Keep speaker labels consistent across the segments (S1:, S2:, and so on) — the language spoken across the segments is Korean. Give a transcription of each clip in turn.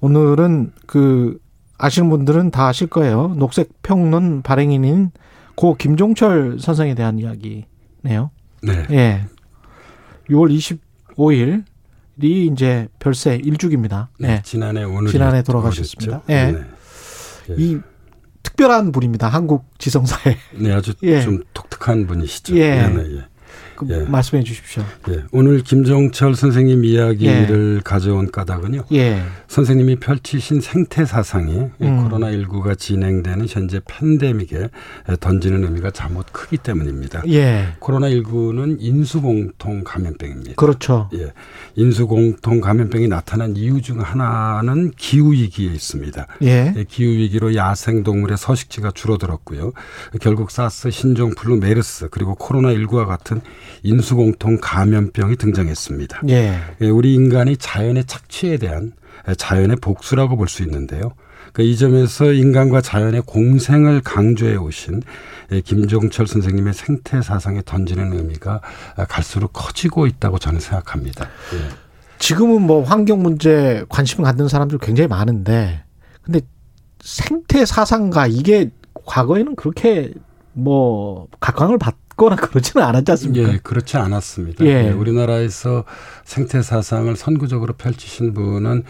S1: 오늘은 그 아시는 분들은 다 아실 거예요. 녹색 평론 발행인인 고 김종철 선생에 대한 이야기네요.
S2: 네.
S1: 예. 6월 25일이 이제 별세 일주기입니다.
S2: 네,
S1: 예.
S2: 지난해 오늘
S1: 지난해 돌아가셨습니다. 예.
S2: 네.
S1: 이 특별한 분입니다. 한국 지성사에.
S2: 네, 아주
S1: 예.
S2: 좀 독특한 분이시죠.
S1: 예.
S2: 네, 네, 예.
S1: 그
S2: 예.
S1: 말씀해 주십시오.
S2: 예. 오늘 김종철 선생님 이야기를 가져온 까닭은요.
S1: 예.
S2: 선생님이 펼치신 생태 사상이 이
S1: 음.
S2: 코로나19가 진행되는 현재 팬데믹에 던지는 의미가 잘못 크기 때문입니다.
S1: 예.
S2: 코로나19는 인수공통 감염병입니다.
S1: 그렇죠.
S2: 예, 인수공통 감염병이 나타난 이유 중 하나는 기후 위기에 있습니다.
S1: 예.
S2: 예, 기후 위기로 야생 동물의 서식지가 줄어들었고요. 결국 사스, 신종플루, 메르스 그리고 코로나 19와 같은 인수공통 감염병이 등장했습니다.
S1: 예.
S2: 예, 우리 인간이 자연의 착취에 대한 예, 자연의 복수라고 볼 수 있는데요. 그이 점에서 인간과 자연의 공생을 강조해 오신 예, 김종철 선생님의 생태 사상에 던지는 의미가 아, 갈수록 커지고 있다고 저는 생각합니다. 예.
S1: 지금은 뭐 환경 문제 관심 갖는 사람들 굉장히 많은데 근데 생태 사상가 이게 과거에는 그렇게 뭐 각광을 받거나 그러지는 않았지 않습니까?
S2: 예, 그렇지 않았습니다.
S1: 예.
S2: 예, 우리나라에서 생태 사상을 선구적으로 펼치신 분은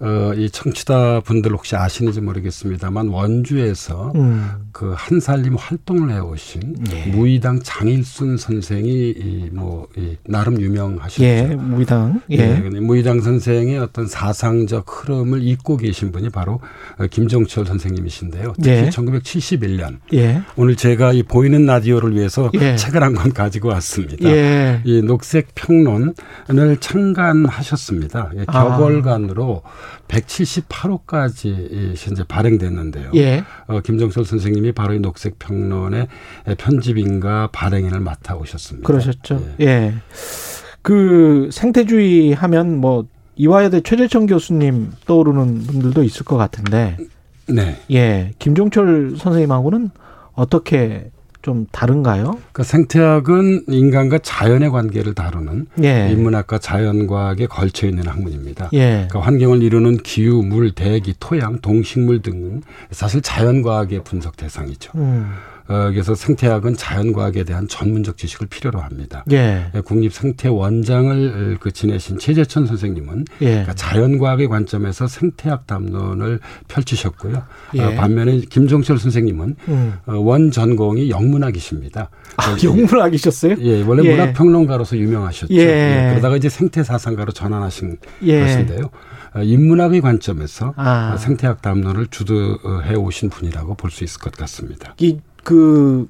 S2: 어, 이 청취자 분들 혹시 아시는지 모르겠습니다만 원주에서
S1: 음. 예.
S2: 그 한살림 활동을 해오신 무의당 장일순 선생이 이, 뭐 이, 나름 유명하셨죠.
S1: 예, 무의당. 예.
S2: 예, 근데 무의당 선생의 어떤 사상적 흐름을 잇고 계신 분이 바로 어, 김종철 선생님이신데요. 특히
S1: 예.
S2: 1971년
S1: 예.
S2: 오늘 제가 이 보이는 라디오를 위해서
S1: 예.
S2: 책을 한 권 가지고 왔습니다.
S1: 예.
S2: 이 녹색 평론을 창간하셨습니다. 예,
S1: 아.
S2: 격월간으로 178호까지 이 현재 발행됐는데요.
S1: 예.
S2: 어, 김정철 선생님이 바로 이 녹색 평론의 편집인과 발행인을 맡아 오셨습니다.
S1: 그러셨죠.
S2: 예.
S1: 예. 그 생태주의 하면 뭐 이화여대 최재천 교수님 떠오르는 분들도 있을 것 같은데
S2: 네.
S1: 예. 김종철 선생님하고는 어떻게 좀 다른가요?
S2: 그 생태학은 인간과 자연의 관계를 다루는
S1: 예.
S2: 인문학과 자연과학에 걸쳐 있는 학문입니다.
S1: 예.
S2: 그 환경을 이루는 기후, 물, 대기, 토양, 동식물 등은 사실 자연과학의 분석 대상이죠.
S1: 음.
S2: 어, 그래서 생태학은 자연과학에 대한 전문적 지식을 필요로 합니다.
S1: 예.
S2: 예, 국립생태원장을 그 지내신 최재천 선생님은
S1: 예.
S2: 그러니까 자연과학의 관점에서 생태학 담론을 펼치셨고요.
S1: 예.
S2: 어, 반면에 김종철 선생님은
S1: 음.
S2: 어, 원 전공이 영문학이십니다.
S1: 아,
S2: 어,
S1: 영문학이셨어요?
S2: 예, 원래
S1: 예.
S2: 문학평론가로서 유명하셨죠.
S1: 예.
S2: 그러다가 이제 생태사상가로 전환하신
S1: 예.
S2: 것인데요. 어, 인문학의 관점에서
S1: 아.
S2: 어, 생태학 담론을 주도해 오신 분이라고 볼 수 있을 것 같습니다.
S1: 이 그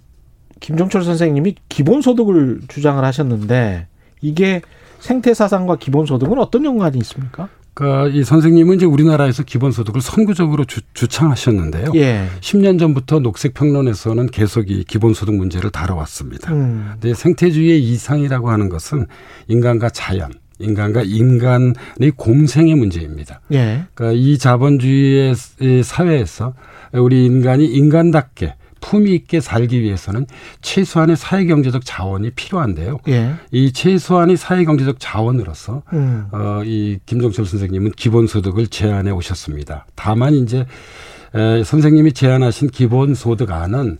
S1: 김종철 선생님이 기본 소득을 주장을 하셨는데 이게 생태 사상과 기본 소득은 어떤 연관이 있습니까?
S2: 그러니까 이 선생님은 이제 우리나라에서 기본소득을 선구적으로 주, 주창하셨는데요.
S1: 예.
S2: 10년 전부터 녹색평론에서는 계속 이 기본소득 문제를 다뤄왔습니다.
S1: 음.
S2: 근데 생태주의의 이상이라고 하는 것은 인간과 자연, 인간과 인간의 공생의 문제입니다.
S1: 예.
S2: 그러니까 이 자본주의의 이 사회에서 우리 인간이 인간답게 품위 있게 살기 위해서는 최소한의 사회경제적 자원이 필요한데요.
S1: 예.
S2: 이 최소한의 사회경제적 자원으로서
S1: 음.
S2: 어, 이 김종철 선생님은 기본소득을 제안해 오셨습니다. 다만 이제 에, 선생님이 제안하신 기본소득안은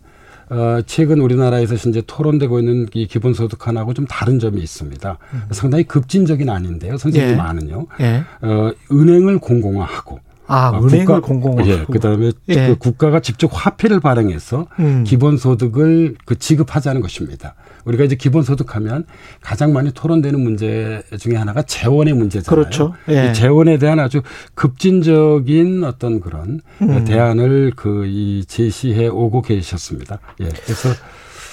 S2: 어, 최근 우리나라에서 이제 토론되고 있는 이 기본소득안하고 좀 다른 점이 있습니다. 상당히 급진적인 안인데요. 선생님
S1: 음. 예.
S2: 안은요.
S1: 예.
S2: 어, 은행을 공공화하고
S1: 아,
S2: 어,
S1: 은행을
S2: 국가-
S1: 공공화.
S2: 예, 그다음에
S1: 예.
S2: 그 국가가 직접 화폐를 발행해서
S1: 음.
S2: 기본소득을 그 지급하자는 것입니다. 우리가 이제 기본소득하면 가장 많이 토론되는 문제 중에 하나가 재원의 문제잖아요.
S1: 그렇죠. 예.
S2: 이 재원에 대한 아주 급진적인 어떤
S1: 음.
S2: 그런 대안을 그 이 제시해 오고 계셨습니다. 예, 그래서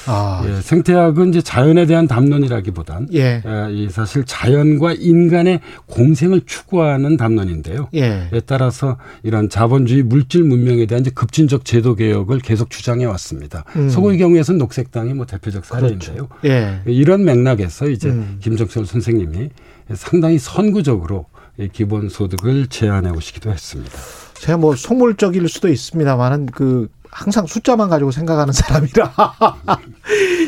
S1: 아,
S2: 예, 생태학은 이제 자연에 대한 담론이라기보단
S1: 예.
S2: 예, 이 사실 자연과 인간의 공생을 추구하는 담론인데요.
S1: 예.
S2: 에 따라서 이런 자본주의 물질 문명에 대한 이제 급진적 제도 개혁을 계속 주장해 왔습니다.
S1: 음.
S2: 서구의 경우에는 녹색당이 뭐 대표적 사례인데요.
S1: 예.
S2: 이런 맥락에서 이제
S1: 음.
S2: 김정철 선생님이 상당히 선구적으로 이 기본소득을 제안해 오시기도 했습니다.
S1: 제가 뭐 속물적일 수도 있습니다만은 그 항상 숫자만 가지고 생각하는 사람이라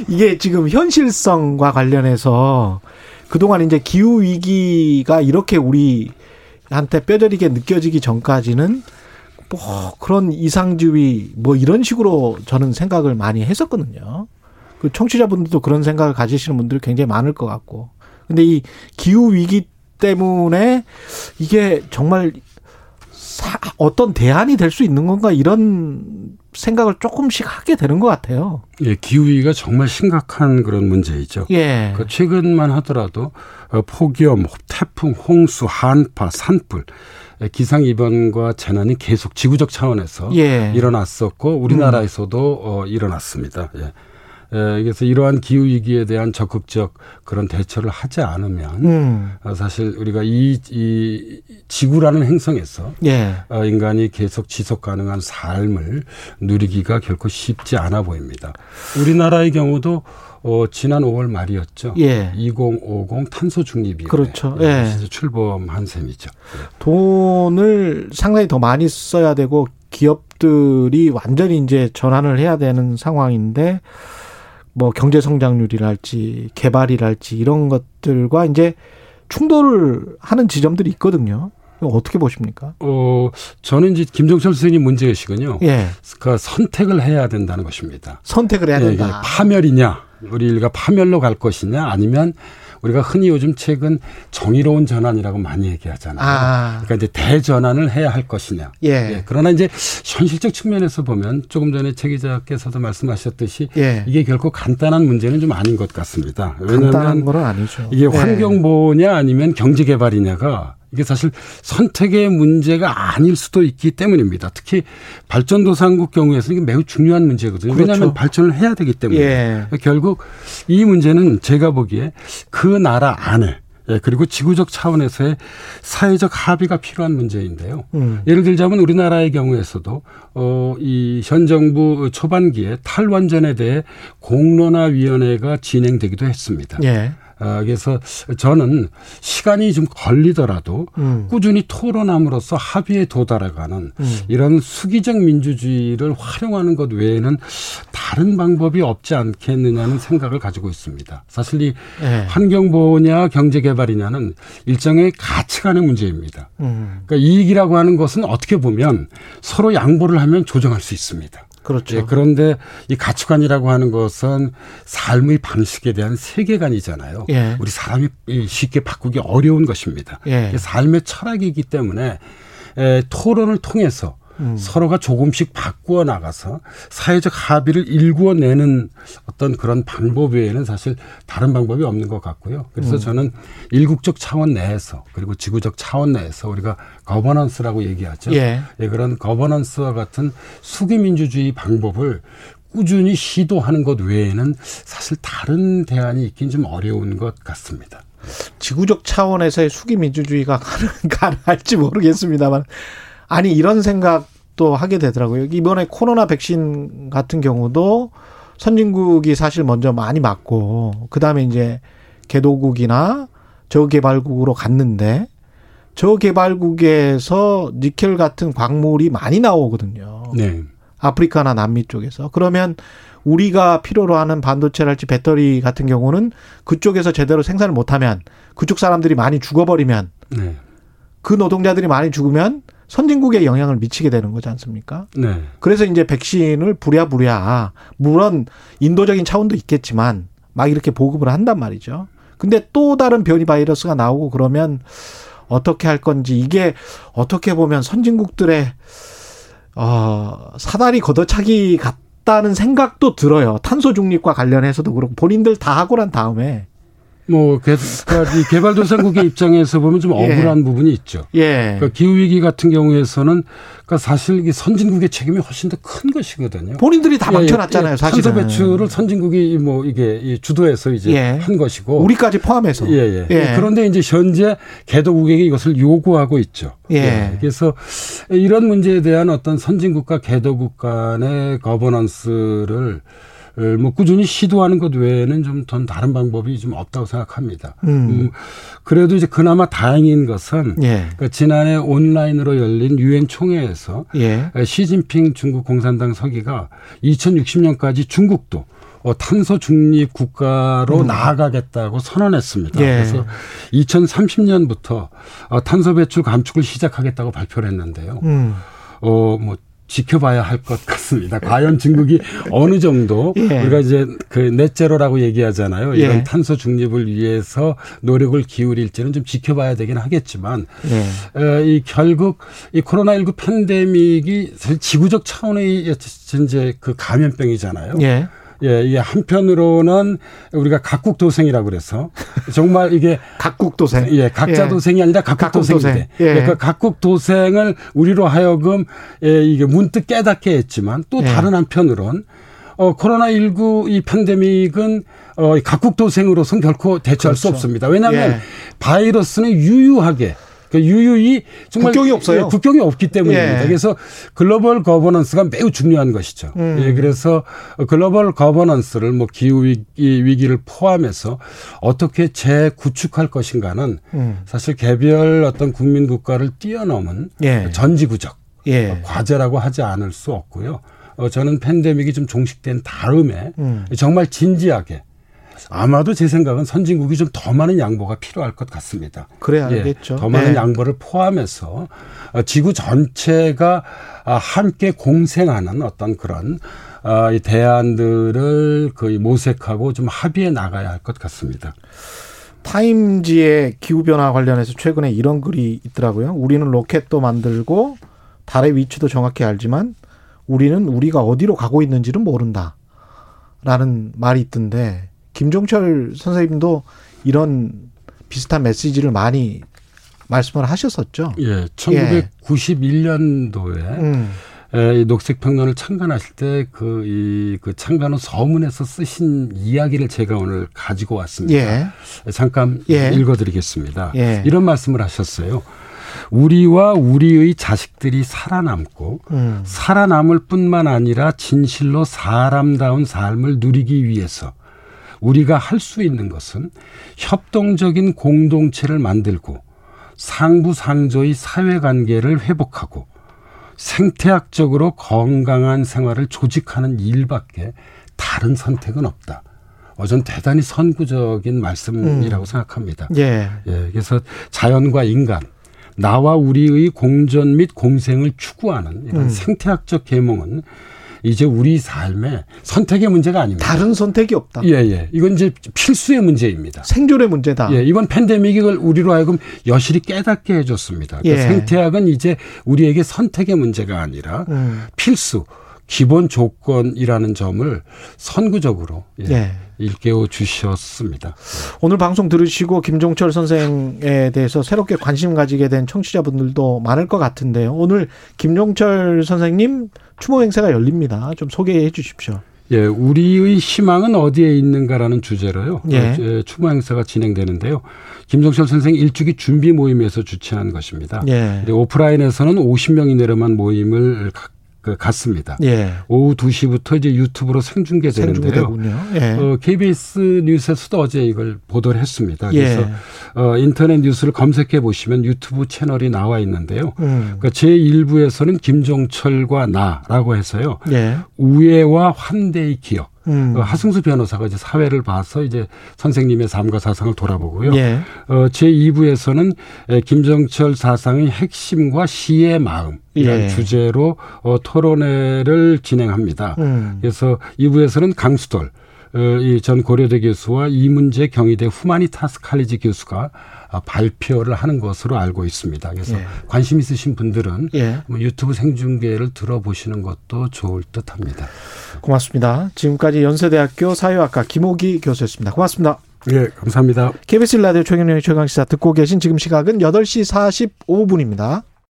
S1: 이게 지금 현실성과 관련해서 그동안 이제 기후 위기가 이렇게 우리한테 뼈저리게 느껴지기 전까지는 뭐 그런 이상주의 뭐 이런 식으로 저는 생각을 많이 했었거든요. 그 청취자분들도 그런 생각을 가지시는 분들이 굉장히 많을 것 같고. 근데 이 기후 위기 때문에 이게 정말 사- 어떤 대안이 될 수 있는 건가 이런 생각을 조금씩 하게 되는 것 같아요.
S2: 예, 기후위기가 정말 심각한 그런 문제이죠.
S1: 예.
S2: 그 최근만 하더라도 어, 폭염, 태풍, 홍수, 한파, 산불, 에, 기상 이변과 재난이 계속 지구적 차원에서
S1: 예. 음.
S2: 일어났었고 우리나라에서도 어, 일어났습니다. 예. 에, 그래서 이러한 기후 위기에 대한 적극적 그런 대처를 하지 않으면
S1: 음.
S2: 어, 사실 우리가 이, 이 지구라는 행성에서
S1: 예.
S2: 어, 인간이 계속 지속 가능한 삶을 누리기가 결코 쉽지 않아 보입니다. 우리나라의 경우도 어, 지난 5월 말이었죠.
S1: 예.
S2: 2050 탄소 중립이
S1: 그렇죠. 예.
S2: 출범한 셈이죠.
S1: 돈을 상당히 더 많이 써야 되고 기업들이 완전히 이제 전환을 해야 되는 상황인데 뭐 경제 성장률이랄지 개발이랄지 이런 것들과 이제 충돌을 하는 지점들이 있거든요. 이거 어떻게 보십니까?
S2: 어, 저는 이제 김종철 선생님 문제의식은요.
S1: 예.
S2: 그러니까 선택을 해야 된다는 것입니다.
S1: 선택을 해야
S2: 예, 이게
S1: 된다.
S2: 파멸이냐, 우리 인류가 파멸로 갈 것이냐, 아니면 우리가 흔히 요즘 최근 정의로운 전환이라고 많이 얘기하잖아요.
S1: 아.
S2: 그러니까 이제 대전환을 해야 할 것이냐.
S1: 예.
S2: 예, 그러나 이제 현실적 측면에서 보면 조금 전에 최 기자께서도 말씀하셨듯이
S1: 예.
S2: 이게 결코 간단한 문제는 좀 아닌 것 같습니다.
S1: 간단한
S2: 왜냐하면
S1: 건 아니죠.
S2: 이게
S1: 예.
S2: 환경 보호냐 아니면 경제 개발이냐가 이게 사실 선택의 문제가 아닐 수도 있기 때문입니다. 특히 발전도상국 경우에서는 이게 매우 중요한 문제거든요.
S1: 그렇죠.
S2: 왜냐하면 발전을 해야 되기 때문에
S1: 예.
S2: 결국 이 문제는 제가 보기에 그 나라 안에 예, 그리고 지구적 차원에서의 사회적 합의가 필요한 문제인데요.
S1: 음.
S2: 예를 들자면 우리나라의 경우에서도 어, 이 현 정부 초반기에 탈원전에 대해 공론화위원회가 진행되기도 했습니다.
S1: 예.
S2: 아, 그래서 저는 시간이 좀 걸리더라도
S1: 음.
S2: 꾸준히 토론함으로써 합의에 도달해가는
S1: 음.
S2: 이런 수기적 민주주의를 활용하는 것 외에는 다른 방법이 없지 않겠느냐는 생각을 가지고 있습니다. 사실 이
S1: 예.
S2: 환경보호냐 경제개발이냐는 일종의 가치 간의 문제입니다.
S1: 음.
S2: 그러니까 이익이라고 하는 것은 어떻게 보면 서로 양보를 하면 조정할 수 있습니다.
S1: 그렇죠.
S2: 예, 그런데 이 가치관이라고 하는 것은 삶의 방식에 대한 세계관이잖아요.
S1: 예.
S2: 우리 사람이 이 쉽게 바꾸기 어려운 것입니다.
S1: 예.
S2: 이게 삶의 철학이기 때문에 에, 토론을 통해서
S1: 음.
S2: 서로가 조금씩 바꾸어 나가서 사회적 합의를 일구어내는 어떤 그런 방법 외에는 사실 다른 방법이 없는 것 같고요. 그래서
S1: 음.
S2: 저는 일국적 차원 내에서 그리고 지구적 차원 내에서 우리가 거버넌스라고 얘기하죠.
S1: 예.
S2: 예, 그런 거버넌스와 같은 수기민주주의 방법을 꾸준히 시도하는 것 외에는 사실 다른 대안이 있긴 좀 어려운 것 같습니다.
S1: 지구적 차원에서의 수기 민주주의가 가능- 가능할지 모르겠습니다만 아니 이런 생각도 하게 되더라고요. 이번에 코로나 백신 같은 경우도 선진국이 사실 먼저 많이 맞고 그다음에 이제 개도국이나 저개발국으로 갔는데 저개발국에서 니켈 같은 광물이 많이 나오거든요.
S2: 네.
S1: 아프리카나 남미 쪽에서 그러면 우리가 필요로 하는 반도체랄지 배터리 같은 경우는 그쪽에서 제대로 생산을 못하면 그쪽 사람들이 많이 죽어버리면
S2: 네.
S1: 그 노동자들이 많이 죽으면 선진국에 영향을 미치게 되는 거지 않습니까?
S2: 네.
S1: 그래서 이제 백신을 부랴부랴 물론 인도적인 차원도 있겠지만 막 이렇게 보급을 한단 말이죠. 근데 또 다른 변이 바이러스가 나오고 그러면 어떻게 할 건지 이게 어떻게 보면 선진국들의 어 사다리 걷어차기 같다는 생각도 들어요. 탄소 중립과 관련해서도 그렇고 본인들 다 하고 난 다음에
S2: 뭐 개, 그러니까 이 개발도상국의 입장에서 보면 좀 억울한 부분이 있죠.
S1: 예.
S2: 그러니까 기후 위기 같은 경우에서는 그러니까 사실 이 선진국의 책임이 훨씬 더 큰 것이거든요.
S1: 본인들이 다
S2: 예, 예,
S1: 망쳐놨잖아요,
S2: 예,
S1: 사실은.
S2: 탄소 배출을 선진국이 뭐 이게 이 주도해서 이제
S1: 예.
S2: 한 것이고
S1: 우리까지 포함해서.
S2: 예, 예.
S1: 예.
S2: 그런데 이제 현재 개도국에게 이것을 요구하고 있죠.
S1: 예.
S2: 그래서 이런 문제에 대한 어떤 선진국과 개도국 간의 거버넌스를 뭐 꾸준히 시도하는 것 외에는 좀 전 다른 방법이 좀 없다고 생각합니다.
S1: 음.
S2: 음, 그래도 이제 그나마 다행인 것은
S1: 예.
S2: 그러니까 지난해 온라인으로 열린 유엔 총회에서
S1: 예.
S2: 시진핑 중국 공산당 서기가 2060년까지 중국도 어, 탄소 중립 국가로 나아가겠다고 선언했습니다.
S1: 음. 예.
S2: 그래서 2030년부터 어, 탄소 배출 감축을 시작하겠다고 발표를 했는데요.
S1: 음.
S2: 어, 뭐, 지켜봐야 할 것 같습니다. 과연 중국이 어느 정도
S1: 예.
S2: 우리가 이제 그 넷제로라고 얘기하잖아요. 이런
S1: 예.
S2: 탄소 중립을 위해서 노력을 기울일지는 좀 지켜봐야 되긴 하겠지만
S1: 예.
S2: 에, 이 결국 이 코로나19 팬데믹이 사실 지구적 차원의 이제 그 감염병이잖아요.
S1: 예.
S2: 예, 이게 한편으로는 우리가 각국 도생이라고 그래서 정말 이게
S1: 각국 도생.
S2: 예, 각자
S1: 예.
S2: 도생이 아니라 각국,
S1: 각국
S2: 도생인데.
S1: 도생. 예.
S2: 그러니까 각국 도생을 우리로 하여금 예, 이게 문득 깨닫게 했지만 또
S1: 예.
S2: 다른 한편으론 어, 코로나19 이 팬데믹은 어, 이 각국 도생으로서는 결코 대처할 수 없습니다. 왜냐하면
S1: 예.
S2: 바이러스는 유유하게 그 유유히 정말
S1: 국경이 없어요.
S2: 예, 국경이 없기 때문입니다.
S1: 예.
S2: 그래서 글로벌 거버넌스가 매우 중요한 것이죠.
S1: 음.
S2: 예, 그래서 글로벌 거버넌스를 뭐 기후 위기, 위기를 포함해서 어떻게 재구축할 것인가는
S1: 음.
S2: 사실 개별 어떤 국민 국가를 뛰어넘은
S1: 예.
S2: 전지구적
S1: 예.
S2: 과제라고 하지 않을 수 없고요. 어, 저는 팬데믹이 좀 종식된 다음에
S1: 음.
S2: 정말 진지하게 아마도 제 생각은 선진국이 좀 더 많은 양보가 필요할 것 같습니다.
S1: 그래야
S2: 예,
S1: 알겠죠.
S2: 더 많은
S1: 예.
S2: 양보를 포함해서 어, 지구 전체가 아, 함께 공생하는 어떤 그런 아, 이 대안들을 거의 모색하고 좀 합의해 나가야 할 것 같습니다.
S1: 타임지의 기후변화 관련해서 최근에 이런 글이 있더라고요. 우리는 로켓도 만들고 달의 위치도 정확히 알지만 우리는 우리가 어디로 가고 있는지는 모른다. 라는 말이 있던데 김종철 선생님도 이런 비슷한 메시지를 많이 말씀을 하셨었죠.
S2: 예, 1991년도에
S1: 음.
S2: 에, 이 녹색평론을 창간하실 때 그 이 그 창간 후 서문에서 쓰신 이야기를 제가 오늘 가지고 왔습니다.
S1: 예.
S2: 잠깐
S1: 예.
S2: 읽어드리겠습니다.
S1: 예.
S2: 이런 말씀을 하셨어요. 우리와 우리의 자식들이 살아남고
S1: 음.
S2: 살아남을 뿐만 아니라 진실로 사람다운 삶을 누리기 위해서 우리가 할 수 있는 것은 협동적인 공동체를 만들고 상부상조의 사회관계를 회복하고 생태학적으로 건강한 생활을 조직하는 일밖에 다른 선택은 없다. 어, 전 대단히 선구적인 말씀이라고 생각합니다.
S1: 예.
S2: 예, 그래서 자연과 인간, 나와 우리의 공존 및 공생을 추구하는 이런 생태학적 계몽은 이제 우리 삶의 선택의 문제가 아닙니다.
S1: 다른 선택이 없다.
S2: 예, 예. 이건 이제 필수의 문제입니다.
S1: 생존의 문제다.
S2: 예, 이번 팬데믹이 걸 우리로 하여금 여실히 깨닫게 해줬습니다. 그러니까
S1: 예.
S2: 생태학은 이제 우리에게 선택의 문제가 아니라
S1: 음.
S2: 필수, 기본 조건이라는 점을 선구적으로 예,
S1: 예.
S2: 일깨워 주셨습니다.
S1: 오늘 방송 들으시고 김종철 선생에 대해서 새롭게 관심 가지게 된 청취자분들도 많을 것 같은데요. 오늘 김종철 선생님 추모 행사가 열립니다. 좀 소개해 주십시오.
S2: 예, 우리의 희망은 어디에 있는가라는 주제로요.
S1: 예.
S2: 예, 추모 행사가 진행되는데요. 김성철 선생 일주기 준비 모임에서 주최한 것입니다.
S1: 예.
S2: 근데 오프라인에서는 50명 이내로만 모임을 가- 그 갔습니다.
S1: 예.
S2: 오후 2시부터 이제 유튜브로 생중계되는데요.
S1: 생중계되군요. 예.
S2: 어, KBS 뉴스에서도 어제 이걸 보도를 했습니다.
S1: 예.
S2: 그래서 어, 인터넷 뉴스를 검색해 보시면 유튜브 채널이 나와 있는데요.
S1: 음.
S2: 그러니까 제1부에서는 김종철과 나라고 해서요.
S1: 예.
S2: 우애와 환대의 기억.
S1: 음.
S2: 어, 하승수 변호사가 이제 사회를 봐서 이제 선생님의 삶과 사상을 돌아보고요.
S1: 예.
S2: 어, 제2부에서는 김정철 사상의 핵심과 시의 마음 이런
S1: 예.
S2: 주제로 어, 토론회를 진행합니다.
S1: 음.
S2: 그래서 2부에서는 강수돌 어, 이전 고려대 교수와 이문재 경희대 후마니타스 칼리지 교수가 아, 발표를 하는 것으로 알고 있습니다. 그래서
S1: 예.
S2: 관심 있으신 분들은
S1: 예.
S2: 뭐 유튜브 생중계를 들어보시는 것도 좋을 듯합니다.
S1: 고맙습니다. 지금까지 연세대학교 사회학과 김호기 교수였습니다. 고맙습니다.
S2: 예, 감사합니다.
S1: KBS 라디오 최경영의 최강시사 듣고 계신 지금 시각은 8시 45분입니다.